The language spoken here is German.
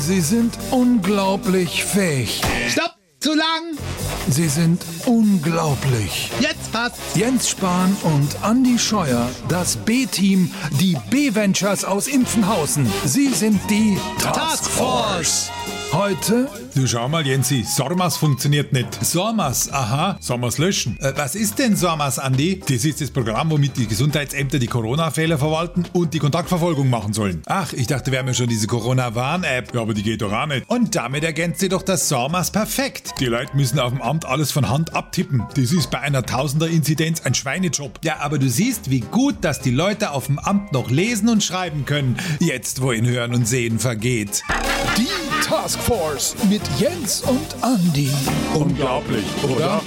Sie sind unglaublich fähig. Stopp! Zu lang! Sie sind unglaublich. Jetzt passt! Jens Spahn und Andy Scheuer, das B-Team, die B-Ventures aus Impfenhausen. Sie sind die Taskforce. Heute Du schau mal, Jensi, Sormas funktioniert nicht. Sormas, aha, Sormas löschen. Äh, was ist denn Sormas, Andi? Das ist das Programm, womit die Gesundheitsämter die Corona-Fälle verwalten und die Kontaktverfolgung machen sollen. Ach, ich dachte, wir haben ja schon diese Corona-Warn-App. Ja, aber die geht doch auch nicht. Und damit ergänzt sie doch das Sormas perfekt. Die Leute müssen auf dem Amt alles von Hand abtippen. Das ist bei einer Tausender-Inzidenz ein Schweinejob. Ja, aber du siehst, wie gut, dass die Leute auf dem Amt noch lesen und schreiben können. Jetzt, wo ihnen Hören und Sehen vergeht. die Taskforce mit Jens und Andy. Unglaublich, oder?